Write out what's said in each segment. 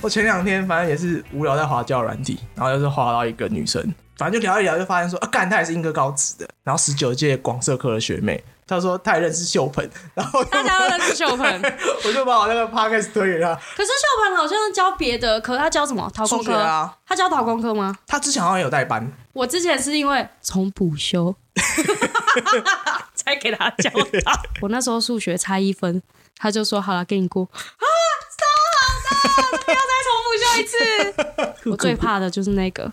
我前两天反正也是无聊在滑交友软体，然后就是滑到一个女生，反正就聊一聊，就发现说啊，干她也是英歌高职的，然后十九届广社科的学妹。她说她也认识秀鹏，然后我就 大家都认识秀鹏，我就把我那个 podcast 推给她。 可是秀鹏好像教别的科，他教什么？陶工数学科？啊，他教陶工科吗？她之前好像有代班，我之前是因为从补修才给他教到，我那时候数学差一分，他就说好了，给你过啊，超好的，不要再重补修 一次。我最怕的就是那个，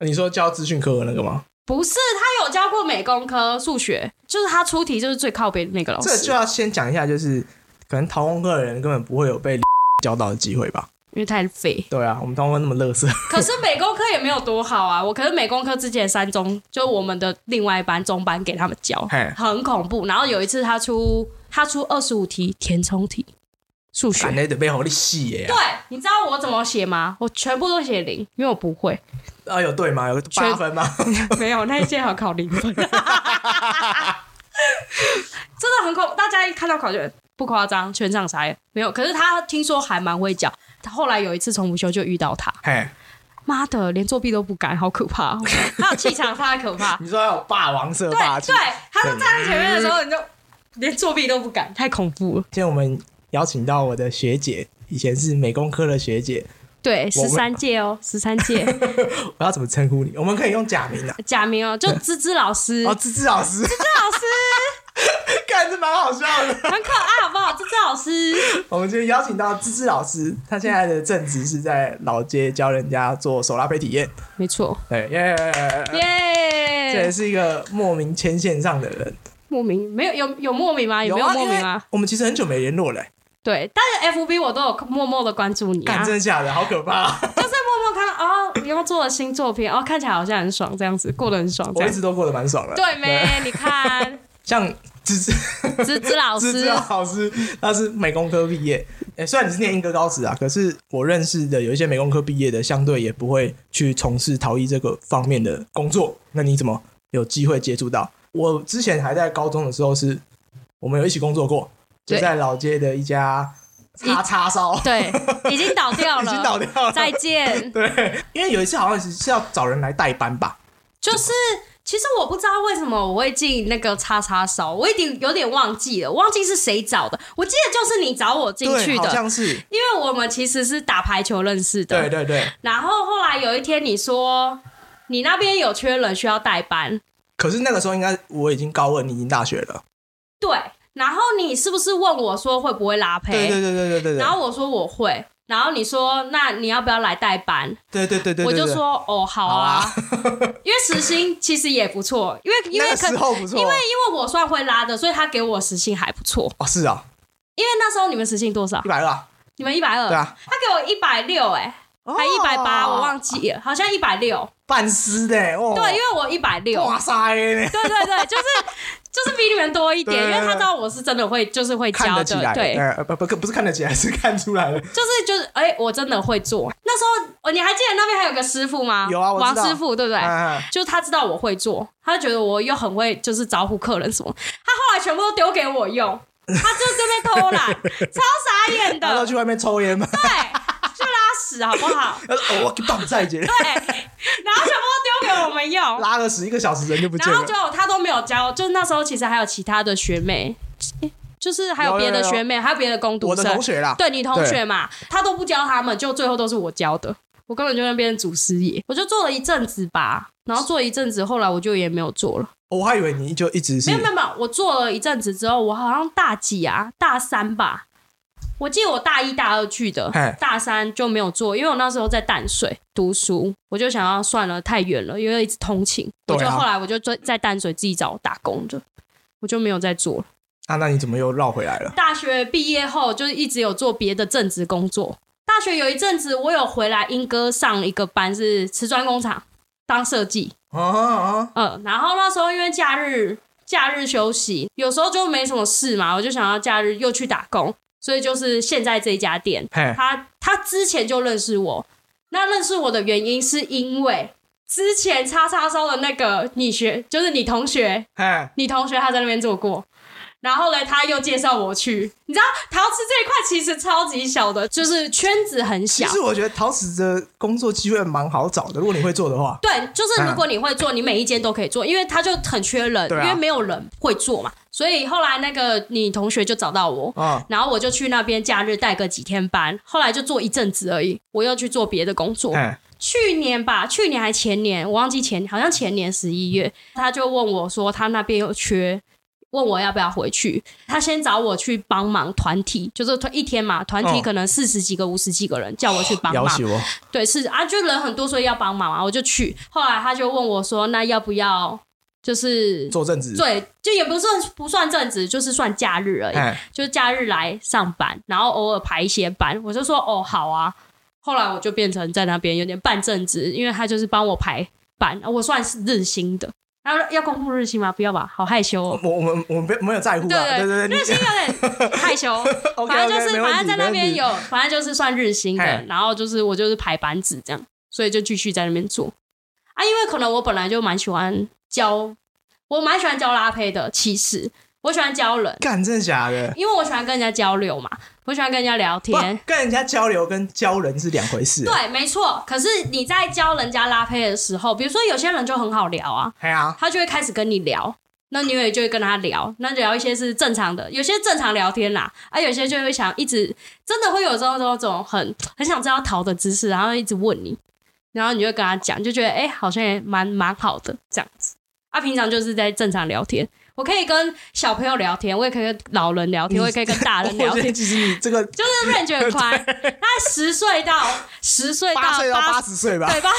你说教资讯科的那个吗？不是他有教过美工科数学，就是他出题就是最靠北的那个老这就师，要先讲一下，就是可能陶工科的人根本不会有被 教导的机会吧？因为太废。对啊，我们陶工科那么乐色， 可是美工科也没有多好啊，我可是美工科之前三中就我们的另外一班中班给他们教嘿，很恐怖。然后有一次他出他出二十五题填充题，数学反。正得被吼你戏耶啊对。，你知道我怎么写吗？我全部都写零，因为我不会。啊，有对吗？有八全分吗？ 没有那一届好考零 分，真的很恐怖。大家一看到考卷，不夸张，全场傻眼。没有，可是他听说还蛮会讲。他后来有一次重补修就遇到他，嘿，妈的，连作弊都不敢，好可 怕、哦。他有气场差，可怕。你说要有霸王色霸对气对。，他就站在前面的时候，你就连作弊都不敢，太恐怖了。今天我们邀请到我的学姐，以前是美工科的学姐，对，我十们三届哦，十三 届我要怎么称呼你？我们可以用假名啊。假名哦，就芝芝老师，哦，芝芝芝老师， 芝老师看是蛮好笑的。很可爱，好不好？芝芝老师，我们今天邀请到芝芝老师，她现在的正职是在老街教人家做手拉胚体验。没错，对，耶、哎这也耶！是一个莫名牵线上的人，莫名没有有有莫名吗？有没有啊莫名？因为啊？我们其实很久没联络了、欸，对，但是 FB 我都有默默的关注你干、啊，真就是的假的？好可怕、 默默看到哦，你要做了新作品哦，看起来好像很爽，这样子过得很爽，这我一样直都过得蛮爽的。对没？你 看像芝芝芝芝老芝芝师，老师，他是美工科毕业，哎、虽然你是念英歌高职啊，可是我认识的有一些美工科毕业的，相对也不会去从事陶艺这个方面的工作。那你怎么有机会接触到？我之前还在高中的时候是，我们有一起工作过，就对在老街的一家叉叉烧，对，已经倒 掉已经了，倒掉了。再见。 对，因为有一次好像是是要找人来代班吧，就是其实我不知道为什么我会进那个叉叉烧，我已经有点忘记了，忘记是谁找的。我记得就是你找我进去对，好的，像是，因为我们其实是打排球认识的。对对对。然后后来有一天你说你那边有缺人需要代班，可是那个时候应该我已经高二，你已经大学了，对。然后你是不是问我说会不会拉胚？对对对对对对对，然后我说我会。然后你说那你要不要来代班？对对对对，我对就对说哦好好啊，啊，因为时薪其实也不错，因为因为那个可时候不错，因为因为我算会拉的，所以他给我时薪还不错。哦是啊，因为那时候你们时薪多少一？百二，你们一百二，对啊，哦他给我一百六，哎，呃还一百八，我忘记了，好像一百六。半丝的欸，哦，对，因为我一百六，哇塞呢，对对对，就是就是比你们多一点，对因为他知道我是真的会，就是会看教得的，起来，对，呃不不不是看得起来，是看出来了，就是就是，哎，我真的会做。那时候哦你还记得那边还有个师傅吗？有啊我知王道师傅，对不对？哎，就他知道我会做，他就觉得我又很会，就是招呼客人什么。他后来全部都丢给我用，他就这边 偷懒，超傻眼他的说。去外面抽烟嘛， 对，去拉屎好不好？ 他说哦我棒在姐对，然后全部都丢给我们用，拉了十一个小时人就不见然后了就，他都没有教，就是那时候其实还有其他的学妹，诶就是还有别的学妹，还有别的工读我的生，同学啦，对你同学嘛，他都不教他们，就最后都是我教的。我根本就那边祖师爷，我就做了一阵子吧，然后做了一阵子，后来我就也没有做了。哦我还以为你就一直是没有没有没有，我做了一阵子之后，我好像大几啊，大三吧。我记得我大一大二去的嘿，大三就没有做，因为我那时候在淡水读书，我就想要算了，太远了，因为一直通勤，对我啊就后来我就在在淡水自己找打工的，我就没有再做了。啊，那你怎么又绕回来了？大学毕业后就是一直有做别的正职工作。大学有一阵子，我有回来英歌上一个班，是瓷砖工厂当设计，啊啊，嗯，然后那时候因为假日假日休息，有时候就没什么事嘛，我就想要假日又去打工，所以就是现在这一家店，嘿，他他之前就认识我，那认识我的原因是因为之前叉叉烧的那个你学，就是你同学，嘿，你同学他在那边做过，然后嘞，他又介绍我去，你知道陶瓷这一块其实超级小的，就是圈子很其小。实我觉得陶瓷的工作机会蛮好找的，如果你会做的话。对，就是如果你会做，你每一间都可以做，因为他就很缺人，对啊因为没有人会做嘛。所以后来那个你同学就找到我，啊、然后我就去那边假日带个几天班，后来就做一阵子而已，我又去做别的工作。哎，去年吧，去年还前年，我忘记前，好像前年十一月，他就问我说他那边有缺，问我要不要回去。他先找我去帮忙团体，就是团一天嘛，团哦体可能四十几个、五十几个人，叫我去帮邀忙。请我，对，是啊，就人很多，所以要帮忙啊，我就去。后来他就问我说，那要不要就是做正职，对，就也不算不算正职，就是算假日而已。哎，就是假日来上班，然后偶尔排一些班，我就说哦好啊。后来我就变成在那边有点半正职，因为他就是帮我排班，我算是日薪的。然后要公布日薪吗？不要吧，好害羞我哦。我我们我们没没有在乎啊，对对对对，日薪有 点害羞， o 反正就是反正在那边， OK，OK，没问题没问题有，反正就是算日薪的嘿，然后就是我就是排班子这样，所以就继续在那边做啊，因为可能我本来就蛮喜欢教，我蛮喜欢教拉胚的，其实我喜欢教人，干真的假的？因为我喜欢跟人家交流嘛，我喜欢跟人家聊不天。，跟人家交流跟教人是两回事。，啊对，没错。可是你在教人家拉胚的时候，比如说有些人就很好聊啊，哎呀，他就会开始跟你聊，那你也就会跟他聊，那聊一些是正常的，有些正常聊天啦，啊，有些就会想一直真的会有时候那种很很想知道陶的知识，然后一直问你，然后你就跟他讲，就觉得哎、诶好像也蛮蛮好的这样子。啊，平常就是在正常聊天，我可以跟小朋友聊天，我也可以跟老人聊天，你我也可以跟大我人聊觉 天得。其实你这个就是 range 很宽，那十岁到十岁到八岁到八八十岁吧，对吧？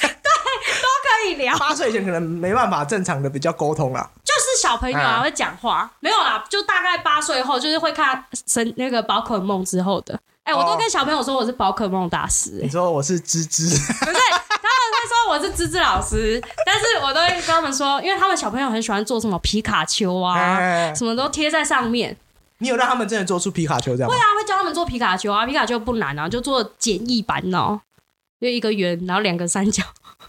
对，都可以聊，八岁以前可能没办法正常的比较沟通啦。就是小朋友啊嗯会讲话，没有啦，就大概八岁后就是会看神那个宝可梦之后的。哎、我哦都跟小朋友说我是宝可梦大师、你哎说我是芝芝，不是，他们会说我是芝芝老师，但是我都会跟他们说，因为他们小朋友很喜欢做什么皮卡丘啊，哎什么都贴在上面，你有让他们真的做出皮卡丘这样吗对？啊，会教他们做皮卡丘啊，皮卡丘不难啊，就做简易版哦，就一个圆，然后两个三角，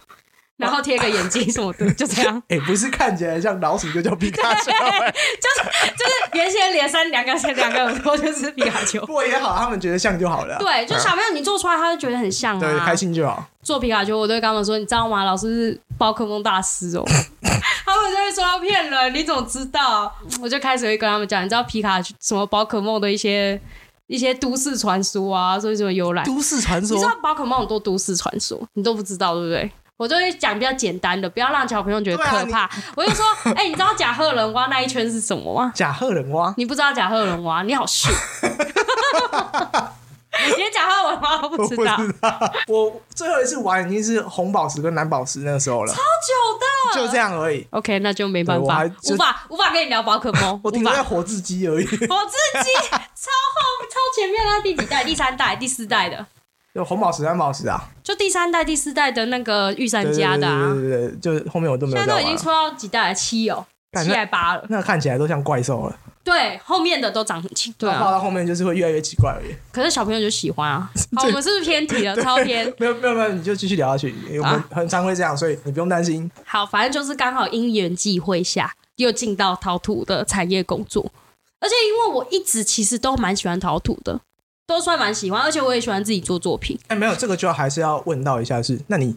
然后贴个眼睛什么的，就这 样，哎，不是看起来像老鼠就叫皮卡丘，就是原先连三两个两个耳朵就是皮卡丘不。 过也好，他们觉得像就好了。啊对，就小朋友你做出来，他就觉得很像啊。对，开心就好。做皮卡丘，我都会跟他们说，你知道吗？老师是宝可梦大 师哦。他们就会说骗人，你怎么知道？我就开始会跟他们讲，你知道皮卡丘什么宝可梦的一些一些都市传说啊，所以什么由来。都市传你说知道宝可梦很多都市传说，你都不知道对不对？我就会讲比较简单的，不要让小朋友觉得可对啊怕。我就说，哎、你知道甲贺人蛙那一圈是什么吗？假贺人蛙，你不知道甲贺人蛙，你好 逊。连甲贺人蛙都不我知不道，好久知道。我最后一次玩已经是红宝石跟蓝宝石那个时候了，的。就这样而已。 OK，那就没办对我法还，就无法无法跟你聊宝可梦 ，我无停留在法。活字机而已，我自己 超后超前面那第几代？第三代、第四代的，就红宝石、蓝宝石啊。就第三代、第四代的那个御对三对家对的啊，对对对，就是后面我都没现有在再都已玩经了。出到几代了？七哦，感七觉还八了。那看起来都像怪兽了，对，后面的都长很轻。对啊那画，到后面就是会越来越奇怪而已。可是小朋友就喜欢啊。 好，我们是不是偏题了？超偏。没有没有没有，你就继续聊下去，因为我们啊很常会这样，所以你不用担心。好，反正就是刚好因缘际会下，又进到陶土的产业工作。而且因为我一直其实都蛮喜欢陶土的，都算蛮喜欢，而且我也喜欢自己做作品。哎，没有这个就还是要问到一下是，那你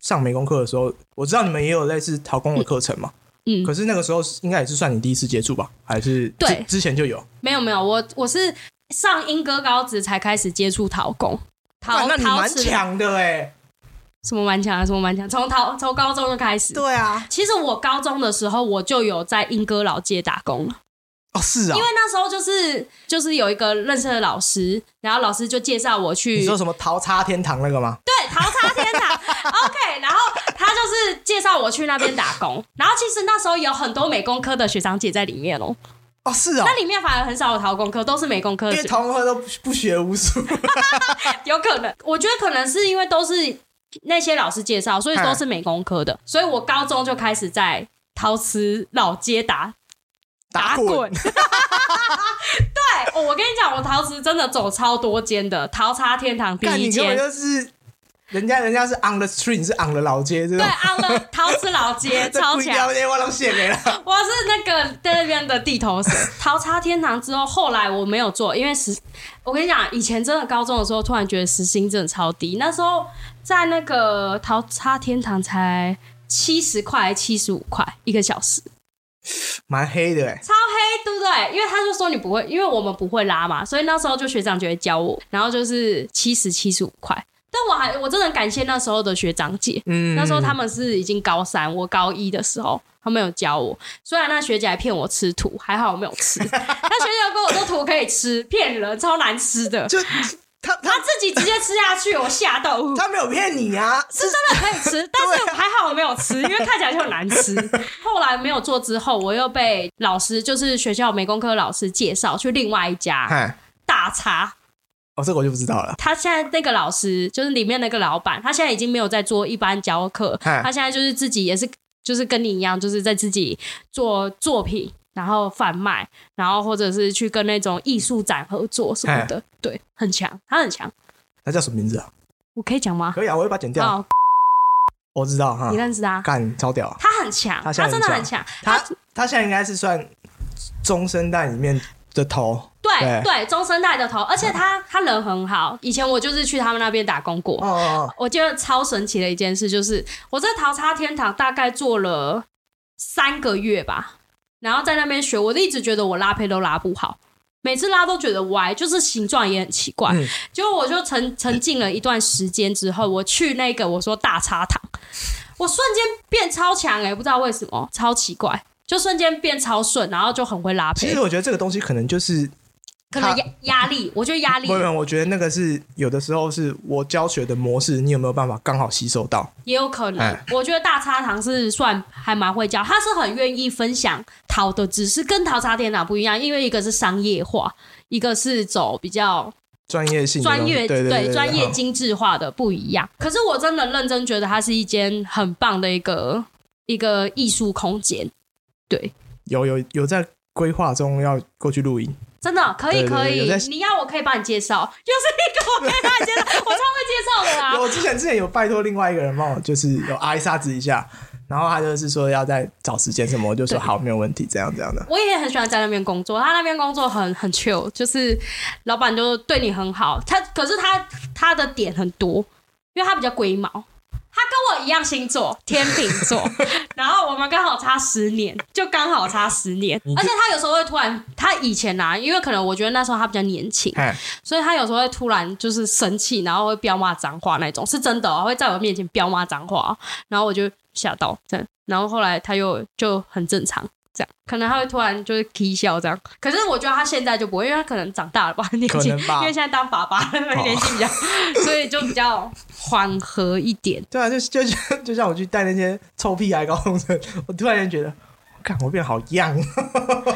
上美工课的时候，我知道你们也有类似陶工的课程嘛？嗯，可是那个时候是应该也是算你第一次接触吧？还是之对之前就有？没有没有，我我是上英歌高职才开始接触陶工。陶哇那你陶蛮瓷强的哎。什么蛮强啊？什么蛮强？从陶从高中就开始。对啊，其实我高中的时候我就有在英歌老街打工了。哦是啊因为，那时候就是就是有一个认识的老师，然后老师就介绍我你去说什么桃叉天堂那个吗？对淘沙天堂 ，OK，然后他就是介绍我去那边打工，然后其实那时候有很多美工科的学长姐在里面哦、哦是啊那，里面反而很少有陶工科，都是美工科因的为学，陶工课都不不学无术。 有可能，我觉得可能是因为都是那些老师介绍，所以都是美工科的，嗯所以我高中就开始在陶瓷老街打 打 滚。对，哎哦我跟你讲，我陶瓷真的走超多间的，陶茶天堂第干一你根间本，就是人家人家是 on the street，你是 on 了老街，这对，种啊，了陶瓷老街 这超不一强样，，我都写给了。我是那个在那边的地头蛇。逃叉天堂之后，后来我没有做，因为实，我跟你讲，以前真的高中的时候，突然觉得时薪真的超低。那时候在那个逃叉天堂才七十块、七十五块一个小时， 蛮黑的哎、超黑，对不对？因为他就说你不会，因为我们不会拉嘛，所以那时候就学长就会教我，然后就是七十、七十五块。但我还我真的很感谢那时候的学长姐，嗯， 那时候他们是已经高三，我高一的时候，他们有教我。虽然那学姐还骗我吃土，还好我没 有吃。那学姐跟我说土可以吃，骗人，超难吃的。嗯就他她他自己直接吃下去，我吓到。呃他没有骗你啊，是真的可以 吃，但是还好我没有吃，因为看起来就很难吃。后来没有做之后，我又被老师，就是学校美工科老师介绍去另外一家嗨，大叉，哎哦，这个我就不知道了。他现在那个老师就是里面那个老板，他现在已经没有在做一般教课，嗯他现在就是自己也是就是跟你一样，就是在自己做作品，然后贩卖，然后或者是去跟那种艺术展合作什么的，对，很强，他很强，他叫什么名字啊？我可以讲吗？可以啊，我会把它剪掉。哦，我知道哈你，认识他？干超屌啊！他很强，他他现在真的很强，他他现在应该是算中生代里面的头对对对，中生代的头，而且他他人很好。以前我就是去他们那边打工过，哦哦，我觉得超神奇的一件事就是，我在淘沙天堂大概做了三个月吧，然后在那边学，我一直觉得我拉胚都拉不好，每次拉都觉得歪，就是形状也很奇怪。嗯结果我就沉沉浸了一段时间之后，我去那个我说大茶堂，我瞬间变超强哎、不知道为什么，超奇怪。就瞬间变超顺，然后就很会拉其胚实，我觉得这个东西可能就是可能压压力，我觉得压力不不，我觉得那个是有的时候是我教学的模式，你有没有办法刚好吸收到？也有可能哎。我觉得大叉堂是算还蛮会教，他是很愿意分享淘的，只是跟淘茶电啊脑不一样，因为一个是商业化，一个是走比较专业性的东专西业对对对专业哈精致化的不一样。可是我真的认真觉得它是一间很棒的一个一个艺术空间，对。有有有在规划中要过去录音，真的可以对对可有以在，你要我可以帮你介绍，又是一个我可以帮你介绍，我超会介绍的啊！我之前之前有拜托另外一个人帮我，就是有挨沙子一下，然后他就是说要再找时间什么，我就说对好，没有问题，这样这样的。我也很喜欢在那边工作，他那边工作很很 chill，就是老板就对你很好。他可是他他的点很多，因为他比较龟毛，他跟我一样星座，天秤座， 然后我们刚好差十年，就刚好差十年。而且他有时候会突然，他以前啊，因为可能我觉得那时候他比较年轻，哎，所以他有时候会突然就是生气，然后会飙骂脏话那种，是真的哦、会在我面前飙骂脏话哦，然后我就吓到这样，然后后来他又就很正常。这样，可能他会突然就是 k 笑这样，可是我觉得他现在就不会，因为他可能长大了吧，年纪，可能吧因为现在当爸爸了，年纪比较，所以就比较缓和一点。对啊，就就像就像我去带那些臭屁孩高中生，我突然间觉得，看我变好样，会觉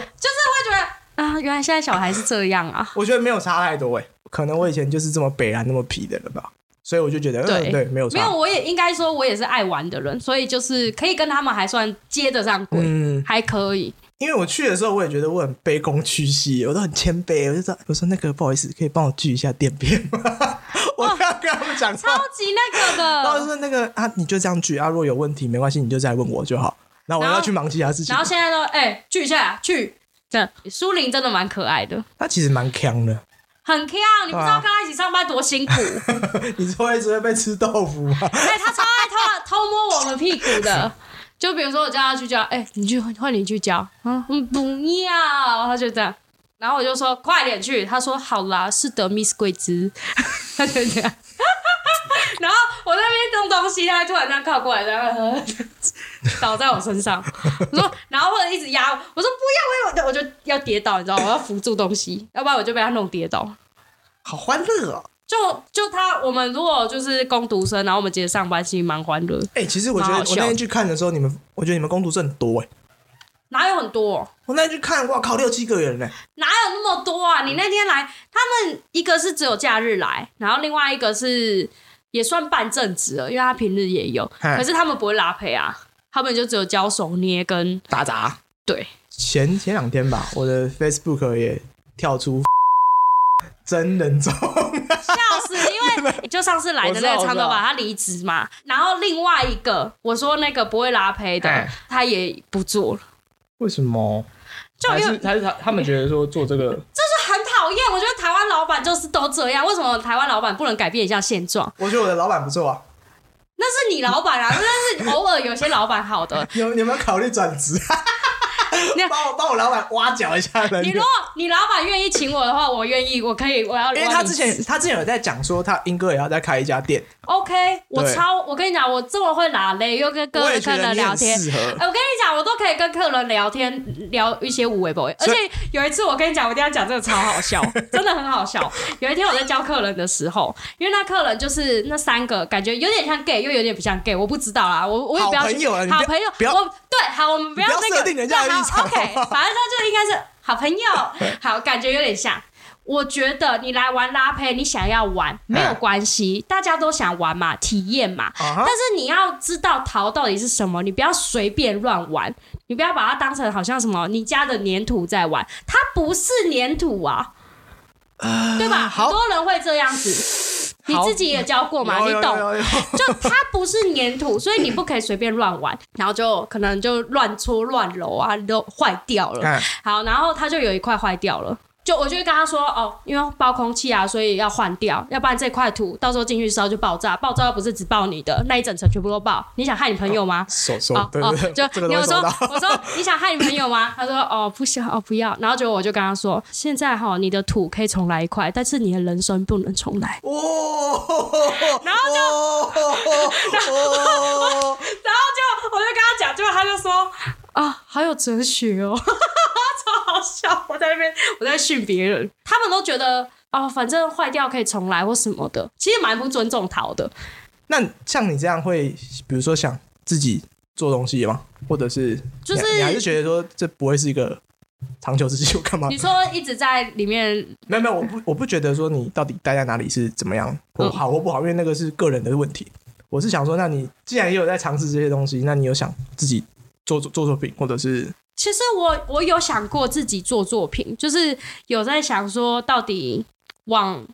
得啊，原来现在小孩是这样啊，我觉得没有差太多诶、欸可能我以前就是这么北然那么皮的人吧，所以我就觉得，嗯对对，没有没差，有，我也应该说，我也是爱玩的人，所以就是可以跟他们还算接得上轨，嗯，还可以。因为我去的时候，我也觉得我很卑躬屈膝，我都很谦卑，我就说，我说那个不好意思，可以帮我锯一下垫片吗？ 我刚刚跟他们讲话哦超，级那个 的，然后就说那个啊，你就这样锯啊，如果有问题没关系，你就再来问我就好。那我然要后去忙其他事情然后。现在都哎、聚一下聚，这样苏玲真的蛮可爱的，他其实蛮强的， 很强，你不知道跟她一起上班多辛苦。哎、你是会只会被吃豆腐吗？她哎超爱偷偷摸我们屁股的。就比如说我叫她去教，哎、你去换你去教，嗯嗯不要，她就这样。然后我就说快点去，她说好啦，是的，Miss 桂枝， 她就这样。然后我在那边弄东西，她突然这样靠过来，然后倒在我身上。我说，然后或者一直压我，我说不要，我有我就要跌倒，你知道吗，我要扶住东西，要不然我就被他弄跌倒。好欢乐哦！就就他，我们如果就是工读生，然后我们接着上班，其实蛮欢乐，哎、其实我觉得蛮好我笑那天去看的时候，你们我觉得你们工读生很多哎、哪有很多、我那天去看，哇靠，六七个人呢、欸哪有那么多嗯啊？你那天来，他们一个是只有假日来，然后另外一个是也算半正职了，因为他平日也有，嗯可是他们不会拉胚啊，他们就只有教手捏跟打杂。对，前前两天 吧，我的 Facebook 也跳出真人中，笑死，因为就上次来的那个长头发他离职嘛，然后另外一个我说那个不会拉胚的哎，他也不做了，为什么？就还因是为还是他他们觉得说做这个，这很讨厌。我觉得台湾老板就是都这样，为什么台湾老板不能改变一下现状？ 我觉得我的老板不错 啊，那是你老板啊，但是偶尔有些老板好的，你有你有没有考虑转职？你 帮我帮我老板挖角一下人你如果你老板愿意请我的话，我愿意，我可以，我要。因为我要他离之职前他之前有在讲说，他英哥也要再开一家店， OK，我对超，我跟你讲，我这么会拉嘞，又跟我各也位觉客得人你聊很天。适 合。哎，我跟你讲，我都可以跟客人聊天，聊一些无为 boy。而且所有一次，我跟你讲，我一定要讲这个超 好笑，真的很好笑。有一天我在教客人的时候，因为那客人就是那三个，感觉有点像 gay，又有点不像 gay，我不知道啦，我我也好不要去朋友啊你好不要朋友，不要我对，好，我们不要你不要那个设定人家的对好立场 OK，好不好反正他就应该是好朋友，好，感觉有点像。我觉得你来玩拉胚，你想要玩没有哎嗯关系，大家都想玩嘛，体验嘛。啊但哈，是你要知道桃到底是什么，你不要随便乱玩，你不要把它当成好像什么你家的粘土在玩，它不是粘土啊，对吧？很呃好多人会这样子，你好自己也教过嘛，有你有懂。有有有 就它不是粘土，所以你不可以随便乱玩，然后就可能就乱搓乱揉啊，都坏掉了。哎好，然后它就有一块坏掉了。就我就会跟他说哦，因为包空气啊，所以要换掉，要不然这块土到时候进去烧就爆炸，爆炸又不是只爆你的，那一整层全部都爆。你想害你朋友吗？手手哦对哦对，对，这就个你都有会说收到。，我说你想害你朋友吗？他说哦不想哦不要，然后结果我就跟他说，现在哈、你的土可以重来一块，但是你的人生不能重来。哦，然后就，哦，然后就我就跟他讲，结果他就说啊，好有哲学哦， 超好笑。我在那边我在训别人，他们都觉得哦，反正坏掉可以重来或什么的，其实蛮不尊重桃的。那像你这样会，比如说想自己做东西吗？或者是就是你你还是觉得说这不会是一个长久之计？我干嘛你？说一直在里面，没有没有，我不我不觉得说你到底待在哪里是怎么样，或嗯好或不好，因为那个是个人的问题。我是想说，那你既然也有在尝试这些东西，那你有想自己做做做作品，或者是其实我我有想过自己做作品，就是有在想说到底往。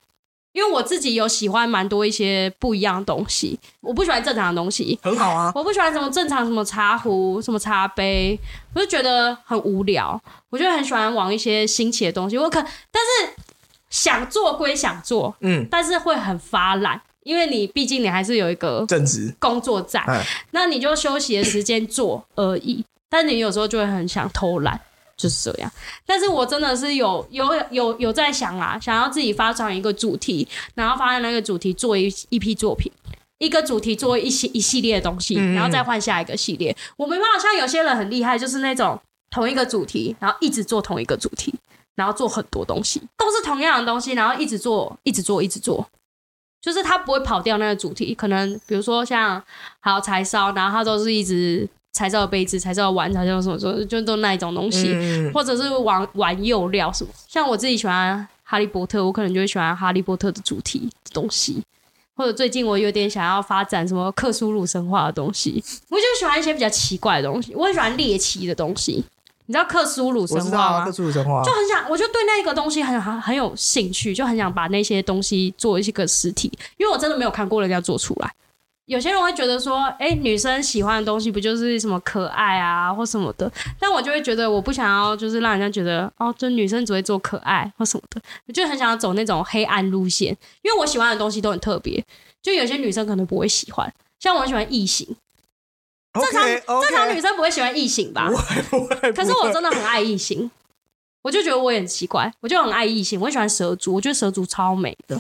因为我自己有喜欢蛮多一些不一样的东西，我不喜欢正常的东西，很好啊？我不喜欢什么正常什么茶壶、什么茶杯，我就觉得很无聊。我就很喜欢往一些新奇的东西。我可但是想做归想做，嗯，但是会很发懒，因为你毕竟你还是有一个正直，工作在，哎，那你就休息的时间做而已。但你有时候就会很想偷懒，就是这样。但是我真的是有有有有在想啦，想要自己发展一个主题，然后发展那个主题做一一批作品。一个主题做一系一系列的东西，嗯然后再换下一个系列。我没办法像有些人很厉害，就是那种同一个主题，然后一直做同一个主题，然后做很多东西，都是同样的东西，然后一直做，一直做，一直做，就是他不会跑掉那个主题。可能比如说像好柴烧，然后他都是一直柴烧的杯子、柴烧的碗、柴烧的什么什么，就都那一种东西，嗯，或者是玩玩釉料什么。像我自己喜欢哈利波特，我可能就会喜欢哈利波特的主题的东西。或者最近我有点想要发展什么克苏鲁神话的东西，我就喜欢一些比较奇怪的东西，我很喜欢猎奇的东西。你知道克苏鲁神我知道话啊，吗特？殊神话啊就很想，我就对那个东西很很很有兴趣，就很想把那些东西做一些个实体，因为我真的没有看过人家做出来。有些人会觉得说，哎、女生喜欢的东西不就是什么可爱啊或什么的，但我就会觉得哦我不想要，就是让人家觉得哦，就女生只会做可爱或什么的，我就很想要走那种黑暗路线，因为我喜欢的东西都很特别，就有些女生可能不会喜欢，像我很喜欢异形，正常 OK，正常 OK 女生不会喜欢异形吧？不会不会，啊可是不会我真的很爱异形，我就觉得我也很奇怪，我就很爱异形，我很喜欢蛇族，我觉得蛇族超美的。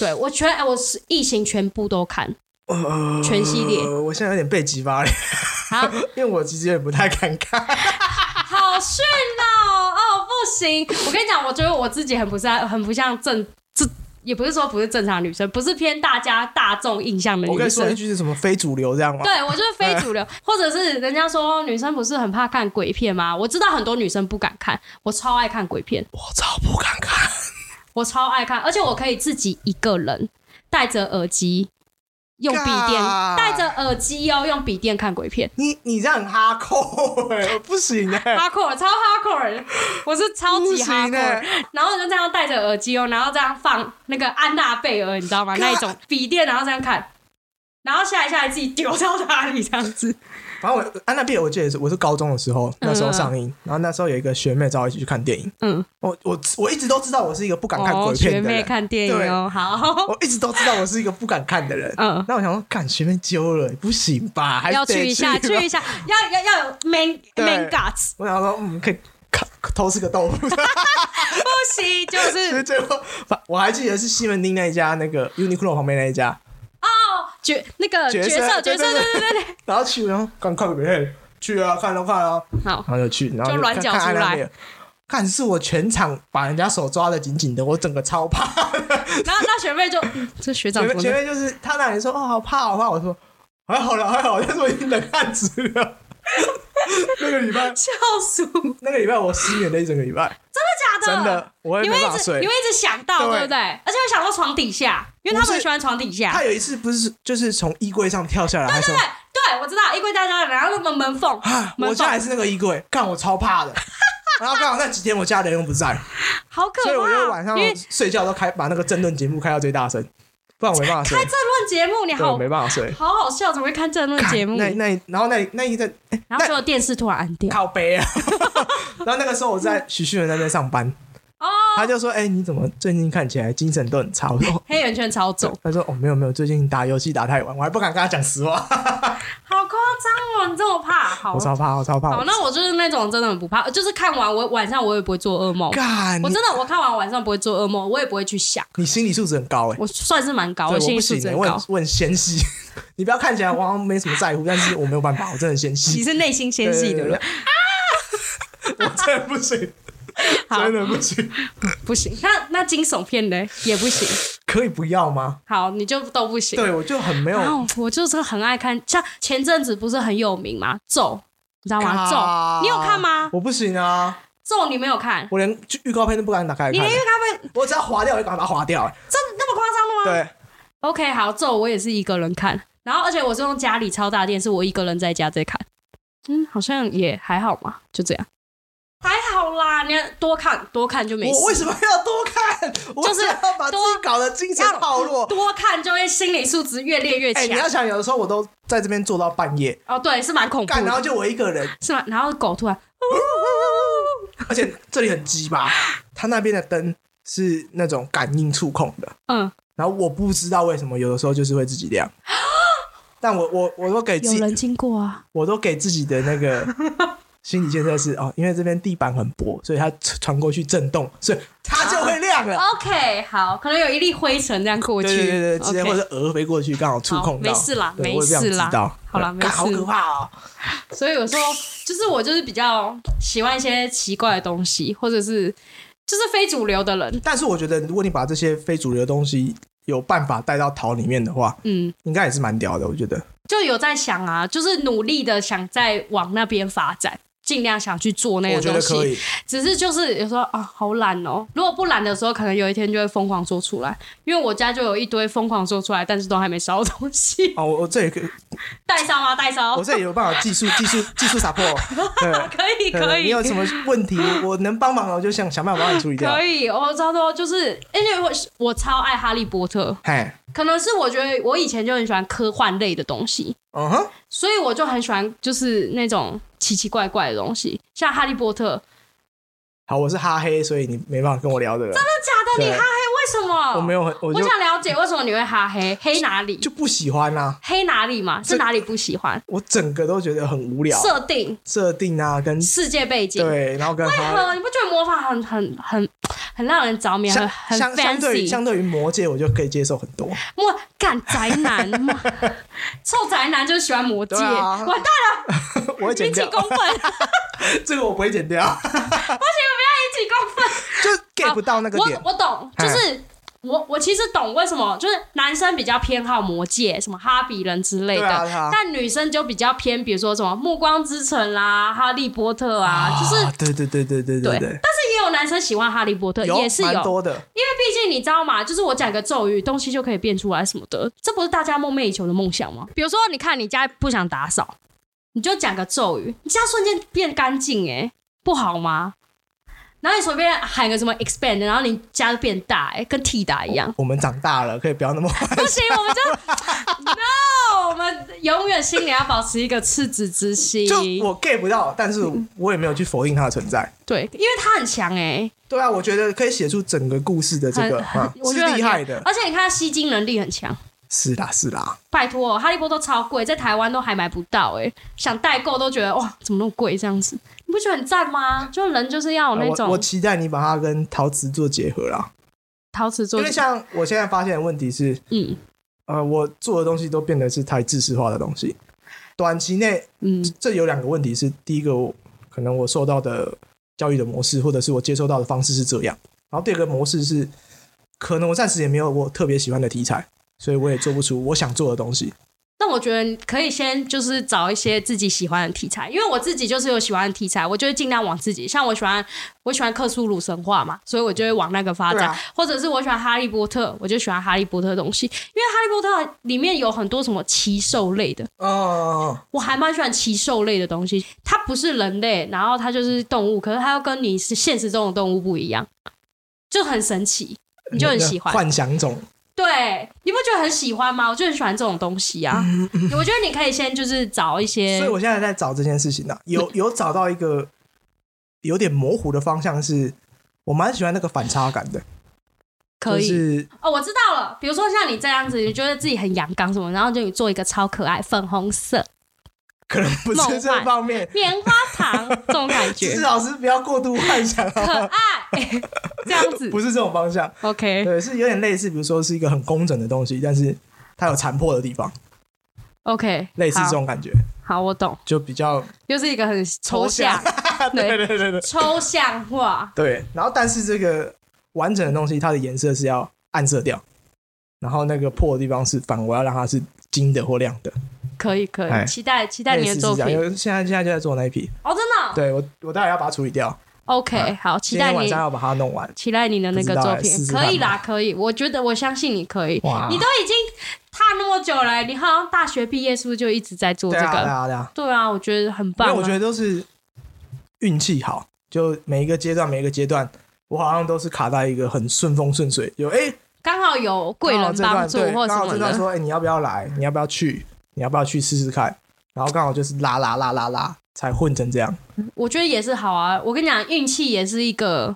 对我全哎我是异形全部都看呃全系列我现在有点背脊发凉，啊， 因为我其实也不太敢看。好逊哦哦不行！我跟你讲，我觉得我自己很不像，很不像正这。也不是说不是正常女生，不是偏大家大众印象的我跟女你说一生。句是什么非主流这样吗？对我就是非 主流，或者是人家说女生不是很怕看鬼片吗？我知道很多女生不敢看，我超爱看鬼片。我超不敢看。我超爱看，而且我可以自己一个人戴着耳机，用笔电，尬戴着耳机哦，用笔电看鬼片。你你这样很哈扣、欸， 不行哎、哈 core 超哈 core 的，我是超级哈不行 core，、欸然后我就这样戴着耳机哦，然后这样放那个安娜贝尔，你知道吗？那一种笔电，然后这样看，然后下一下来自己丢到哪里这样子，反正我安娜贝尔，我记得是我是高中的时候，那时候上映，然后那时候有一个学妹找我一起去看电影，嗯，我我我一直都知道我是一个不敢看哦，鬼学片的妹人，看电影哦，好，我一直都知道我是一个不敢看的人，嗯那我想说，看学妹揪了，不行吧，还要得去一下，去吧一下，要要要有 man 对 man guts， 我想说，嗯，可以看偷吃个豆腐，不行，就所以是 最后，反我还记得是西门町那一家，那个 Uniqlo 旁边那一家，角那个角角色色对角对色，对对对对对，然后去，然后赶快别人去啊，看都看啊，好，然后就去，然后就软脚看看出来安娜贝尔。看，是我全场把人家手抓的紧紧的，我整个超怕。然后那学妹就嗯这学长前面怎么前了面就是他那里说哦好怕好怕，我说还好了还好，但是我已经冷汗直流。 那个礼拜，笑死，真 的那个礼拜我失眠了一整个礼 拜，假真的，我会你没会办法一直睡你会。一直想到，对对不对？而且会想到床底下，因为他不们是很喜欢床底下他。有一次不是就是从衣柜上跳下来，还是对对，我知道衣柜大家，然后那个门缝啊，，我门家还缝是那个衣柜，看我超怕 的。然后刚好那几天我家人又不在，好可所以我就晚怕上哦。因为睡觉都开把那个争论节目开到最大声，不然我没办法睡开，政论节目，你对，我好没办法睡。好好笑，怎么会看政论节目？那那然后那那一阵哎然后所有电视突然按掉。靠背啊， 然后那个时候我在徐旭文那边上班，哦，他就说：“哎、你怎么最近看起来精神都很差？”我 说黑眼圈超重，：“他说哦，没有没有，最近打游戏打太晚，我还不敢跟他讲实话，好夸张哦！你这么怕，好我超怕，我超怕。好，那我就是那种真的很不怕，呃就是看完我晚上我也不会做噩梦。干，我你真的我看完晚上不会做噩梦，我也不会去想，你心理素质很高哎、我算是蛮高，对，我心不理素行质欸，很我高很。我很纤细。 你不要看起来我好像没什么在乎，但是我没有办法，我真的很纤 你细，是内心纤细的人对，对对我 真的不行，好真的不行，不行。那那惊悚片呢也不行，可以不要吗？好你就都不行。对，我就很没有然后我就是很爱看，像前阵子不是很有名吗？咒，你知道吗？靠咒，你有看吗？我不行啊，咒你没有看，我连预告片都不敢打开来你看连欸因为，他们我只要划掉，我就把它划掉欸。欸真的那么夸张的吗对， ？OK，好，咒我也是一个人看，然后而且我是用家里超大电视，我一个人在家在看，嗯，好像也还好嘛，就这样，还好啦，你要多看多看就没事。我为什么要多看？我就是只要把自己多搞得精神耗弱。多看就会心理素质越练越哎、强你？要想，有的时候我都在这边做到半夜，哦，对，是蛮恐怖干，然后的，就我一个人，是吗？然后狗突然。而且这里很鸡巴，他那边的灯是那种感应触控的，嗯，然后我不知道为什么有的时候就是会自己 亮，但我我我都给自有己，人经过啊，我都给自己的那 个心理建设是哦，因为这边地板很薄，所以它传过去震动，所以它就会亮了。 OK，好，可能有一粒灰尘这样啊过去，呃对对对对，直接 OK 或者蛾飞过去，刚好触好碰到，没事啦对我没也不想事知啦道好啦对没干好事可怕哦。所以有时候就是我就是比较喜欢一些奇怪的东西，或者是就是非主流的人，但是我觉得，如果你把这些非主流的东西有办法带到桃里面的话，嗯，应该也是蛮屌的。我觉得，就有在想啊，就是努力的想再往那边发展。尽量想去做那我个觉东得可西，以。只是就是有时候啊，好懒哦。如果不懒的时候，可能有一天就会疯狂做出来。因为我家就有一堆疯狂做出来，但是都还没烧的东西。 啊哦，我我这里可以，代烧吗？代烧我这里有办法技术技术技术打破。对，哦 可以对可以。你有什么问 题，我我能帮忙的，我就想想办法帮你处理掉可。以，哦我差不多就是，而且我是我超爱哈利波特，嘿，可能是我觉得我以前就很喜欢科幻类的东西，嗯哼，所以我就很喜欢就是那种奇奇怪怪的东西，像哈利波特。好，我是哈黑，所以你没办法跟我聊的人。真的假的？对你哈黑为什么？我没有很，我我就想了解为什么你会哈黑，黑哪里？就不喜欢啊，黑哪里嘛？这是哪里不喜欢？我整个都觉得很无聊，设定、设定啊，跟世界背景。对，然后跟哈呃，你不觉得魔法很很很很让人着迷，很相很相相对于 fancy？相对于魔界，我就可以接受很 多。莫干宅男 嘛，臭宅男就是喜欢魔戒，对啊完蛋了，我会剪引起掉公愤， 引起这个，我不会剪掉， 公愤。就 get 不到那个点。啊我我懂，哎就是我我其实懂为什么，就是男生比较偏好魔戒，什么哈比人之类对的，啊，对啊但女生就比较偏，比如说什么暮光之城啦、哈利波特啊，就是啊对对对对对对对，但是也有男生喜欢哈利波特，也是蛮有，多的。因为毕且你知道吗？就是我讲个咒语，东西就可以变出来什么的，这不是大家梦寐以求的梦想吗？比如说，你看你家不想打扫，你就讲个咒语，你家瞬间变干净，哎，不好吗？然后你随便喊个什么 expand，然后你家就变大、哎，跟 T 打 一样。我们长大了，可以不要那么 坏。不行，我们就 no，我们永远心里要保持一个赤子之心。就我 get 不到，但是嗯我也没有去否定它的存在。对，因为他很强哎、对啊，我觉得可以写出整个故事的这个，很啊我是觉得很厉害的。而且你看他吸金能力很强。是啦，是啦，拜托、哈利波特超贵，在台湾都还买不到哎、想代购都觉得哇，怎么那么贵这样子？你不觉得很赞吗？就人就是要哦有那啊我我种期待你把它跟陶瓷做结合啦，陶瓷做因为，像我现在发现的问题是，嗯呃，我做的东西都变得是太制式化的东西。短期内，嗯这有两个问题是：第一个，我可能我受到的教育的模式，或者是我接收到的方式是这样；然后第二个模式是，可能我暂时也没有我特别喜欢的题材，所以我也做不出我想做的东西。那我觉得你可以先就是找一些自己喜欢的题材，因为我自己就是有喜欢的题材，我就会尽量往自己，像我喜欢我喜欢克苏鲁神话嘛，所以我就会往那个发对展，啊或者是我喜欢哈利波特，我就喜欢哈利波特的东西，因为哈利波特里面有很多什么奇兽类的，哦，我还蛮喜欢奇兽类的东西，它不是人类，然后它就是动物，可是它又跟你是现实中的动物不一样，就很神奇，你就很喜欢。幻想种。对，你不觉得很喜欢吗？我就很喜欢这种东西啊。我觉得你可以先就是找一嗯些所以，我现在在找这件事情呢、有有找到一个有点模糊的方向是，我蛮喜欢那个反差感的，可以、就是哦，我知道了。比如说像你这样子，你觉得自己很阳刚什么，然后就你做一个超可爱粉红色可能不是这方面，棉花糖这种 感觉至，少是不要过度幻想好 可不好，爱这样子不。是这种方向。 OK 对，是有点类似，比如说是一个很工整的东西，但是它有残破的地方， OK，类似这好种感觉，好，我懂，就比较又是一个很抽象。 对对对对对抽象化，对。然后，但是这个完整的东西，它的颜色是要暗色调，然后那个破的地方是反，我要让它是金的或亮的。可以可哎以，期待期待你类的似作是品这样因为现在现在就在做那一批，哦，真的哦对我我待会要把它处理掉， ，OK，哎好，期今待天晚你上要把它弄完。期待你的那不个知道作哎试品，试可以看啦，可以，我觉得我相信你可以，哇你都已经踏那么久了，你好像大学毕业是不是就一直在做对这啊对个？啊对啊，对啊，我觉得很因棒为啊，我觉得都是运气好，就每一个阶段每一个阶段，我好像都是卡在一个很顺风顺水，有哎。刚好有贵刚好人这帮段助对，或刚什好么这段的，说，哎、你要不要来？你要不要去？你要不要去试试看？然后刚好就是拉拉拉拉拉，才混成这样。我觉得也是好啊。我跟你讲，运气也是一个，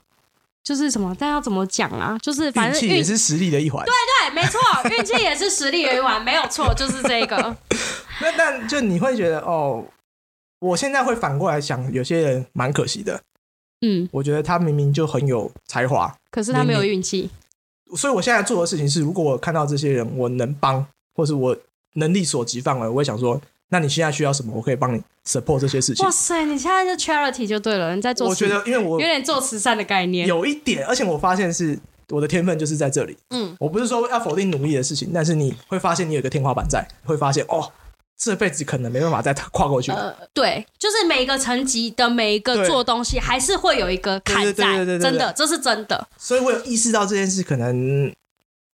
就是什么，但要怎么讲啊？就是反运正气运也是实力的一环。对，对，没错，运气也是实力为王，没有错，就是这个。那但就你会觉得，哦，我现在会反过来想，有些人蛮可惜的。嗯，我觉得他明明就很有才华，可是他没有明运气。所以我现在做的事情是，如果我看到这些人，我能帮，或是我能力所及范围，我会想说，那你现在需要什么，我可以帮你 support 这些事情哇。塞，你现在就 charity 就对了，你在做我慈，觉得，因为我有点做慈善的概念。有一点，而且我发现是我的天分就是在这里。嗯，我不是说要否定努力的事情，但是你会发现你有一个天花板在，会发现哦，这辈子可能没办法再跨过去。呃，对，就是每一个层级的每一个对做东西，还是会有一个坎对对对在，对对对真的，这是真的。所以我有意识到这件事，可能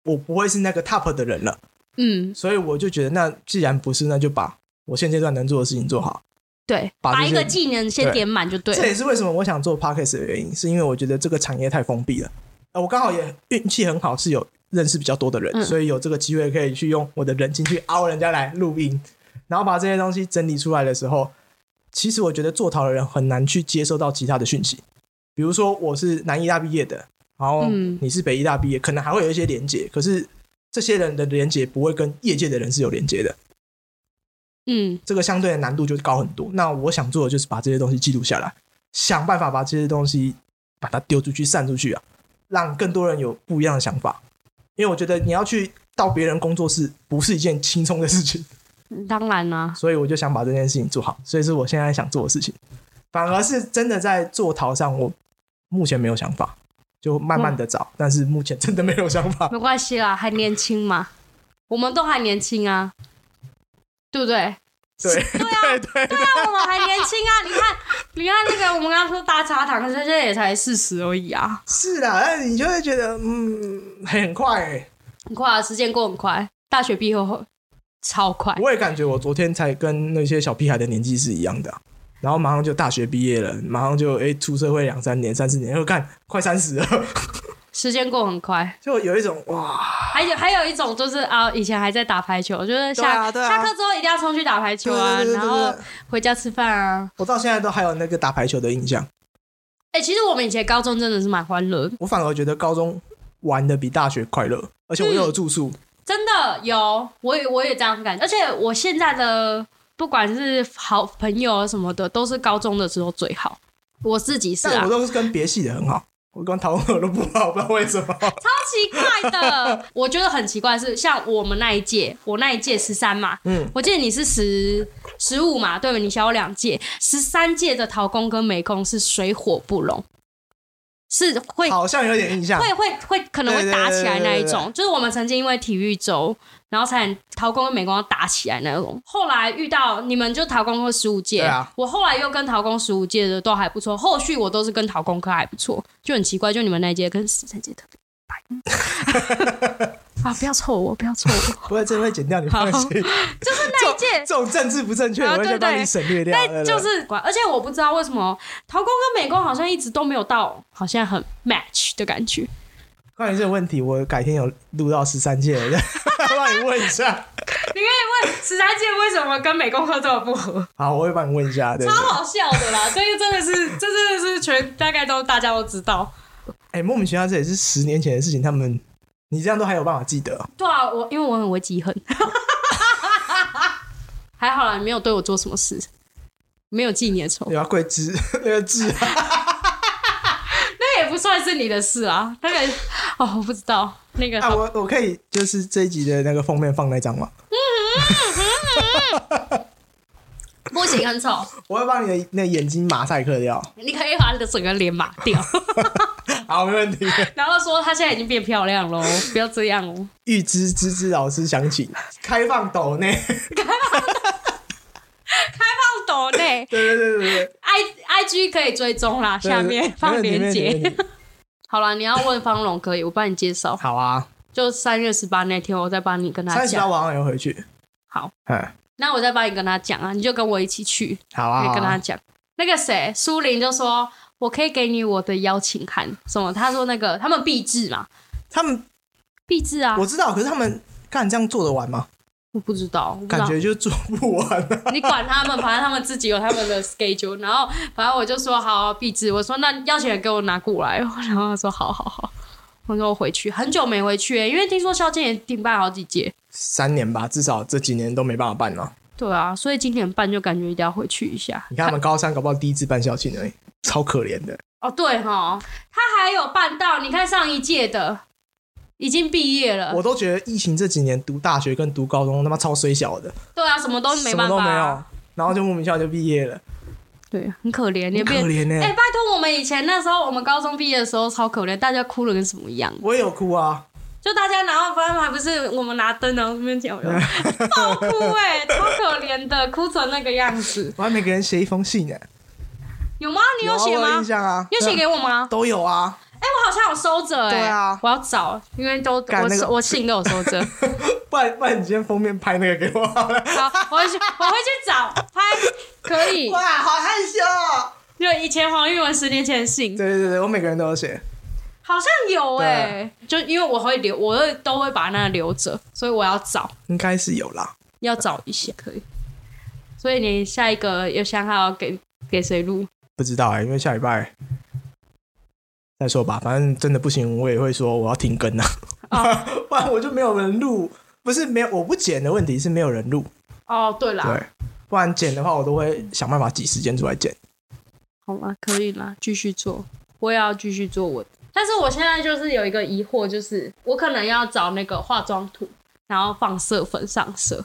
我不会是那个 top 的人了，嗯，所以我就觉得，那既然不是，那就把我现阶段能做的事情做好。对，把这把一个些技能先对点满就对这了。也是为什么我想做 podcast 的原因，是因为我觉得这个产业太封闭了。呃，我刚好也运气很好，是有认识比较多的人，嗯所以有这个机会可以去用我的人情去凹人家来录音，然后把这些东西整理出来的时候，其实我觉得做陶的人很难去接收到其他的讯息。比如说我是南医大毕业的，然后嗯你是北医大毕业，可能还会有一些连接，可是这些人的连接不会跟业界的人是有连接的，嗯，这个相对的难度就高很多。那我想做的就是把这些东西记录下来，想办法把这些东西把它丢出去、散出去啊，让更多人有不一样的想法。因为我觉得你要去到别人工作室不是一件轻松的事情， 当然啦、所以我就想把这件事情做好，所以是我现在想做的事情。反而是真的在做陶上，我目前没有想法，就慢慢的找，但是目前真的没有想法。没关系啦，还年轻嘛，我们都还年轻啊，对不对？ 对对对对，那我们还年轻啊！你看，你看那个我们刚刚说大茶堂，现在也才四十而已啊，是啦，那你就会觉得嗯，很快、欸。很快啊，时间过很快，大学毕业后超快。我也感觉我昨天才跟那些小屁孩的年纪是一样的啊、然后马上就大学毕业了，马上就哎、欸出社会两三年、三四年，又看快三十了， 时间过很快，就有一种哇，还有还有一种就是啊，以前还在打排球，就是对下、啊对啊下课之后一定要冲去打排球啊，对对对对然后回家吃饭啊。我到现在都还有那个打排球的印象。哎、其实我们以前高中真的是蛮欢乐的，我反而觉得高中玩的比大学快乐，而且我嗯又有住宿，真的有，我也我也这样感觉，而且我现在的不管是好朋友什么的，都是高中的时候最好。我自己是但啊我，都是跟别系的很好，我跟桃红都不好，不知道为什么。超奇怪的。我觉得很奇怪是，像我们那一届，我那一届十三嘛，嗯，我记得你是十十五嘛，对吧？你小我两届，十三届的陶工跟美工是水火不容，是会好像有点印象。会会会可能会打起来那一种，就是我们曾经因为体育周，然后才能陶工跟美工要打起来那种。后来遇到你们就陶工科十五届，对啊我后来又跟陶工十五届的都还不错，后续我都是跟陶工科还不错，就很奇怪，就你们那一届跟十三届特别 白。啊！不要凑我，不要凑我。不会，这会剪掉，你放心。就是那一届这种政治不正确，啊我会对先帮对你省略掉。对对就是，而且我不知道为什么陶工跟美工好像一直都没有到，好像很 match 的感觉。关于这个问题，我改天有录到十三届了， 帮你问一下。你可以问十三届为什么跟美工科这么不合？好，我会帮你问一下。对，对超好笑的 啦！这个真的是，这真的是全大概都大家都知道。哎，莫名其妙，这也是十年前的事情，他们你这样都还有办法记得哦，对啊，我因为我很会记恨， 还好啦，你没有对我做什么事，没有记你的仇，对吧？桂枝 那个痣啊，那也不算是你的事啊。那个 哦，我不知道那个啊我我可以就是这一集的那个封面放那张吗？不行，很丑，我会帮你的那眼睛马赛克掉。你可以把你的整个脸抹 掉，好，没问题。然后说她现在已经变漂亮喽，不要这样哦。预知芝芝老师想请开放抖内，放抖内 对对对对对， ，I I G 可以追踪啦，下面放没链问题没问题没接。问题好了，你要问方龙可以，我帮你介绍。好啊，就三月十八那天，我再帮你跟他三十号讲。晚上也会回去。好，嗯，那我再帮你跟他讲啊，你就跟我一起去，好啊，好可以啊跟他讲。那个谁，苏林就说，我可以给你我的邀请函，什么？他说那个他们必制嘛，他们必制啊，我我知道，可是他们干这样做得完吗？不知道，我不知感道，觉就做不完啊。你管他们，反正他们自己有他们的 schedule。然后反正我就说好、必制，我说那邀请函给我拿过来， 然后他说好好好。我说我回去，很久没回去、因为听说萧敬也停办好几届， 三年吧，至少这几年都没办法办了。对啊，所以今年办就感觉一定要回去一下。你看他们高三搞不好第一次办校庆而已，超可怜的。哦，对哈，他还有办到，你看上一届的已经毕业了我，都觉得疫情这几年读大学跟读高中他妈超衰小的，对啊，什么都没什办么都法没有，啊，然后就莫名其妙就毕业了，对，很可怜，你很可变。怜欸呢、哎、拜托，我们以前那时候，我们高中毕业的时候超可怜，大家哭的跟什么一样，我也有哭啊，就大家拿到反正还不是我们拿灯然后这 边讲，爆哭哎、超可怜的，哭成那个样子，我还每个人写一封信呢、有吗？你有啊写我吗印？象啊，你有写给我吗？ 都有啊，哎、我好像有收着哎、对啊我要找，因为都干我那个收我信都有收 着。不然不然你今天封面拍那个给我好了。好，我会去，我会去找拍，可以。哇，好害羞、哦。就以前黄玉文十年前的信，对对对，我每个人都有写，好像有哎、啊就因为我会留，我会都会把那个留着，所以我要找，应该是有啦。要找一些可以。所以你下一个有想好要给给谁录？不知道哎、因为下礼拜再说吧。反正真的不行，我也会说我要停更啊， 不然我就没有人录。不是没有我不剪的问题，是没有人录。哦，对啦，对，不然剪的话，我都会想办法挤时间出来剪。好啦，可以啦，继续做，我也要继续做我的。但是我现在就是有一个疑惑，就是我可能要找那个化妆图，然后放色粉上色，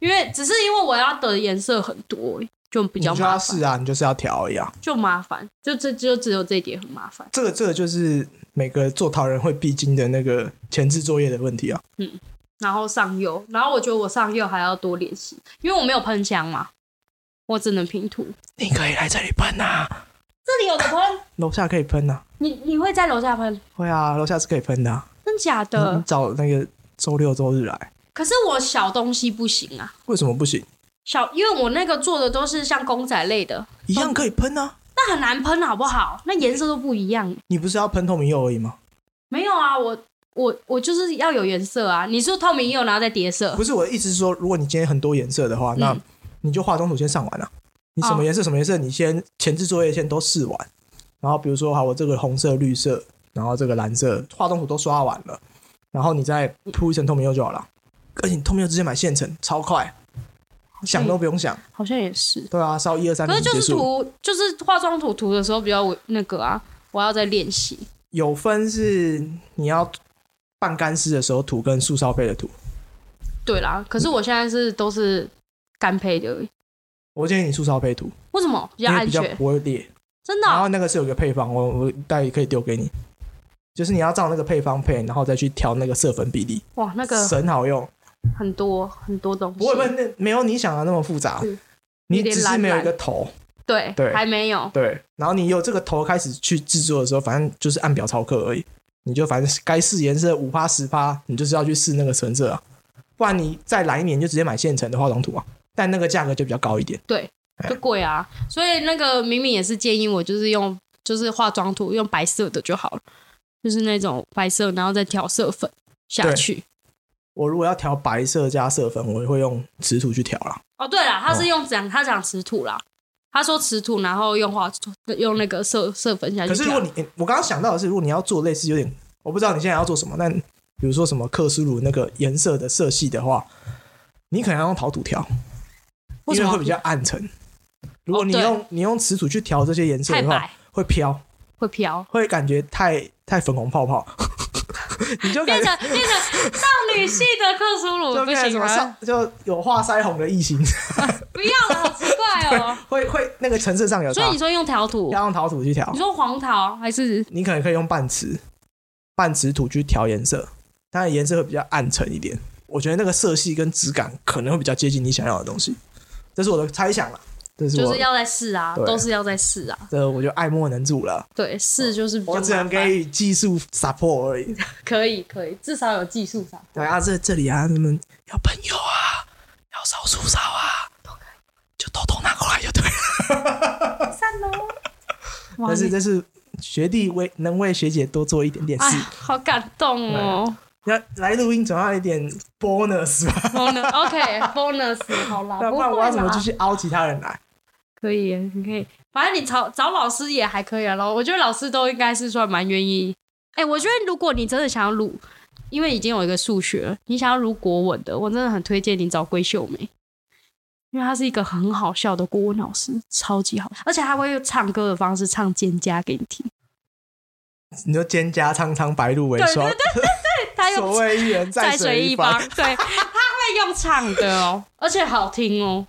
因为只是因为我要的颜色很多、就比你较就麻要烦试。啊，你就是要调而已啊。就麻烦，就这就只有这一点很麻烦。这个这个就是每个做陶人会必经的那个前置作业的问题啊。然后上釉，然后我觉得我上釉还要多练习，因为我没有喷枪嘛，我只能拼图。你可以来这里喷啊呐、这里有个喷，楼下可以喷呐、啊你你会在楼下喷？会啊，楼下是可以喷的、啊。真假你的？找那个周六周日来，可是我小东西不行啊，为什么不行？小因为我那个做的都是像公仔类的，一样可以喷啊！那很难喷好不好？那颜色都不一样。你不是要喷透明釉而已吗？没有啊，我我我就是要有颜色啊。你说透明釉，然后再叠色不，是我的意思是说，如果你今天很多颜色的话，那呃嗯你就画中图先上完啊。你什么哦颜色什么颜色，你先前置作业先都试完，然后比如说好，我这个红色、绿色，然后这个蓝色画中图都刷完了，然后你再铺一层透明釉就好了。而且你透明釉直接买现成，超快，想都不用想。好像也是。对啊，烧一二三哦可零是就结是束。涂，就是化妆涂涂的时候比较我那个啊，我要再练习。有分是你要半干湿的时候涂跟素烧配的涂。对啦，可是我现在是都是干配的而已，我建议你素烧配涂，为什么比较因为安比较全？不会裂。真的然啊、后那个是有个配方，我我待会可以丢给你，就是你要照那个配方配，然后再去调那个色粉比例，哇，那个神好用。很多很多东西，不会不会，那没有你想的那么复杂是，你有点只是懒没有一懒个头，对对还没有对。然后你有这个头开始去制作的时候，反正就是按表操课而已，你就反正该试颜色五趴十趴，你就是要去试那个成色啊，不然你再来一年就直接买现成的化妆图啊，但那个价格就比较高一点。就贵啊，所以那个明明也是建议我就是用就是化妆涂用白色的就好了，就是那种白色，然后再调色粉下对去。我如果要调白色加色粉，我会用瓷土去调啦。哦，对了，他是用讲、他讲磁土啦，他说磁土，然后用化用那个色色粉下去可调。是如果你，诶我刚刚想到的是，如果你要做类似有点，我不知道你现在要做什么，但比如说什么克苏鲁那个颜色的色系的话，你可能要用陶土调，因为什为么会比较暗沉。如果你哦对用、你用瓷土去调这些颜色太的话白，会飘，会飘，会感觉太太粉红泡泡， 你就感变觉成变成少女系的克苏鲁就不变成行什么吗？上就有画腮红的异形， 不要了，好奇怪哦。会会那个层次上有所以差你，说用陶土，啊要用陶土去调你。说黄桃还是你可能可以用半瓷、半瓷土去调颜色，当然颜色会比较暗沉一点。我觉得那个色系跟质感可能会比较接近你想要的东西，这是我的猜想啦。这是就我，是要再试啊，对都是要再试啊。这我就爱莫能助了。对，试就是比较我只能麻烦给予技术 support 而已。可以可以，至少有技术上。对啊，这这里啊，你们要朋友啊，要少数少啊，就偷偷拿过来就对了。散喽。哇但，是这是学弟为能为学姐多做一点点哎事，，好感动哦。要来录音总要一点 bonus 吧， bonus OK bonus 好 啦，啊要不啊会然我要怎么啦继续凹其他人来？可以，你可以，反正你找找老师也还可以啊。然后我觉得老师都应该是算蛮愿意。哎、我觉得如果你真的想要录，因为已经有一个数学了，你想要录国文的，我真的很推荐你找桂秀梅，因为她是一个很好笑的国文老师，超级好，而且还会用唱歌的方式唱《蒹葭》给你听。你就蒹葭苍苍，白露为霜。 她 用所谓一人在水一方。方，对，她会用唱的哦，而且好听哦。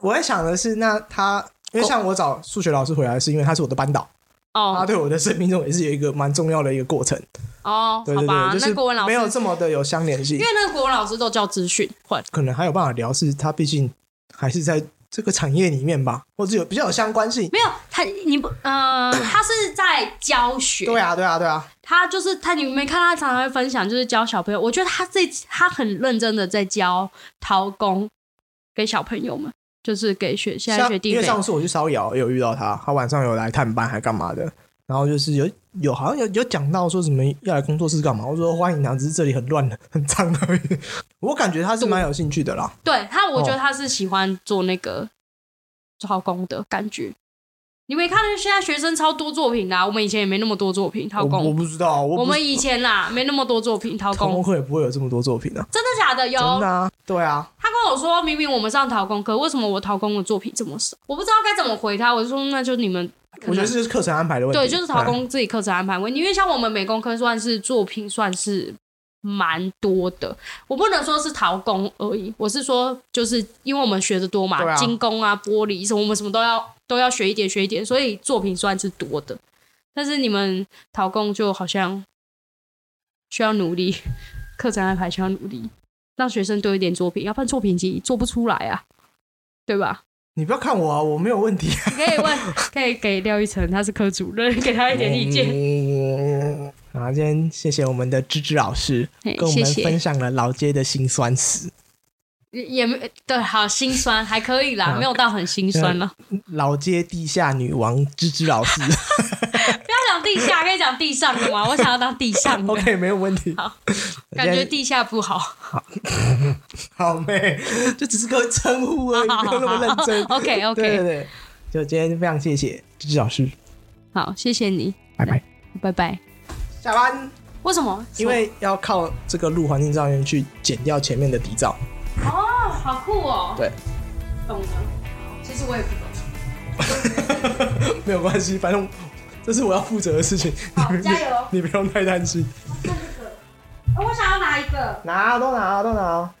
我在想的是，那他因为像我找数学老师回来，是因为他是我的班导，他哦对我的生命中也是有一个蛮重要的一个过程。哦，对好对吧，对，就是那国文老没师，有这么的有相连性因为，那个国文老师都叫资讯会。可能还有办法聊，是他毕竟还是在这个产业里面吧，或者有比较有相关性。没有他，你不呃，他是在教学，对啊，对啊，对啊，他就是他，你没看他常常会分享，就是教小朋友。我觉得他这他很认真的在教陶工给小朋友们，就是给学现在像学弟因为妹。上次我去烧窑有遇到他，他晚上有来探班还干嘛的，然后就是有有好像有有讲到说什么要来工作室干嘛，我说欢迎啊，只是这里很乱很脏而已。我感觉他是蛮有兴趣的啦。对他，我觉得哦他是喜欢做那个陶工的感觉。你没看现在学生超多作品的啊、我们以前也没那么多作品陶我我工。不知道啊，我我不们以前啦，没那么多作品陶陶工工，课也不会有这么多作品啊，真的假的？有真的啊，对啊，他跟我说，明明我们上陶工课，为什么我陶工的作品这么少？我不知道该怎么回他。我就说，那就你们可能，我觉得这就是课程安排的问题，对，就是陶哎，工自己课程安排问题。因为像我们美工科算是作品算是蛮多的，我不能说是陶工而已，我是说就是因为我们学的多嘛，对啊精工啊、玻璃什么，我们什么都要都要学一点学一点，所以作品算是多的。但是你们陶工就好像需要努力，课程安排需要努力，让学生多一点作品，要不然作品集做不出来啊，对吧？你不要看我啊，我没有问题、啊。你可 以问，可以给廖一成，他是科主任，给他一点意见。嗯好，今天谢谢我们的芝芝老师嘿跟我们谢谢分享了老街的辛酸史。也也没对，好心酸还可以啦，没有到很心酸了。老街地下女王芝芝老 师不要讲地下，可以讲地上的嘛。我想要当地上的， ，OK，没有问题。好我感 现在觉地下不好。好妹，就只是个称呼而已，好好不用那么认真。好 OK，OK 对对对，就今天非常谢谢芝芝老师，好，谢谢你，拜拜，拜拜。下班。为什么？因为要靠这个路环境照面去减掉前面的底噪。哦，好酷哦，对，懂了。其实我也不懂。没有关系，反正这是我要负责的事情。好你不加油你不用太担心。哎我想要拿一个。拿啊，都拿啊，都拿啊。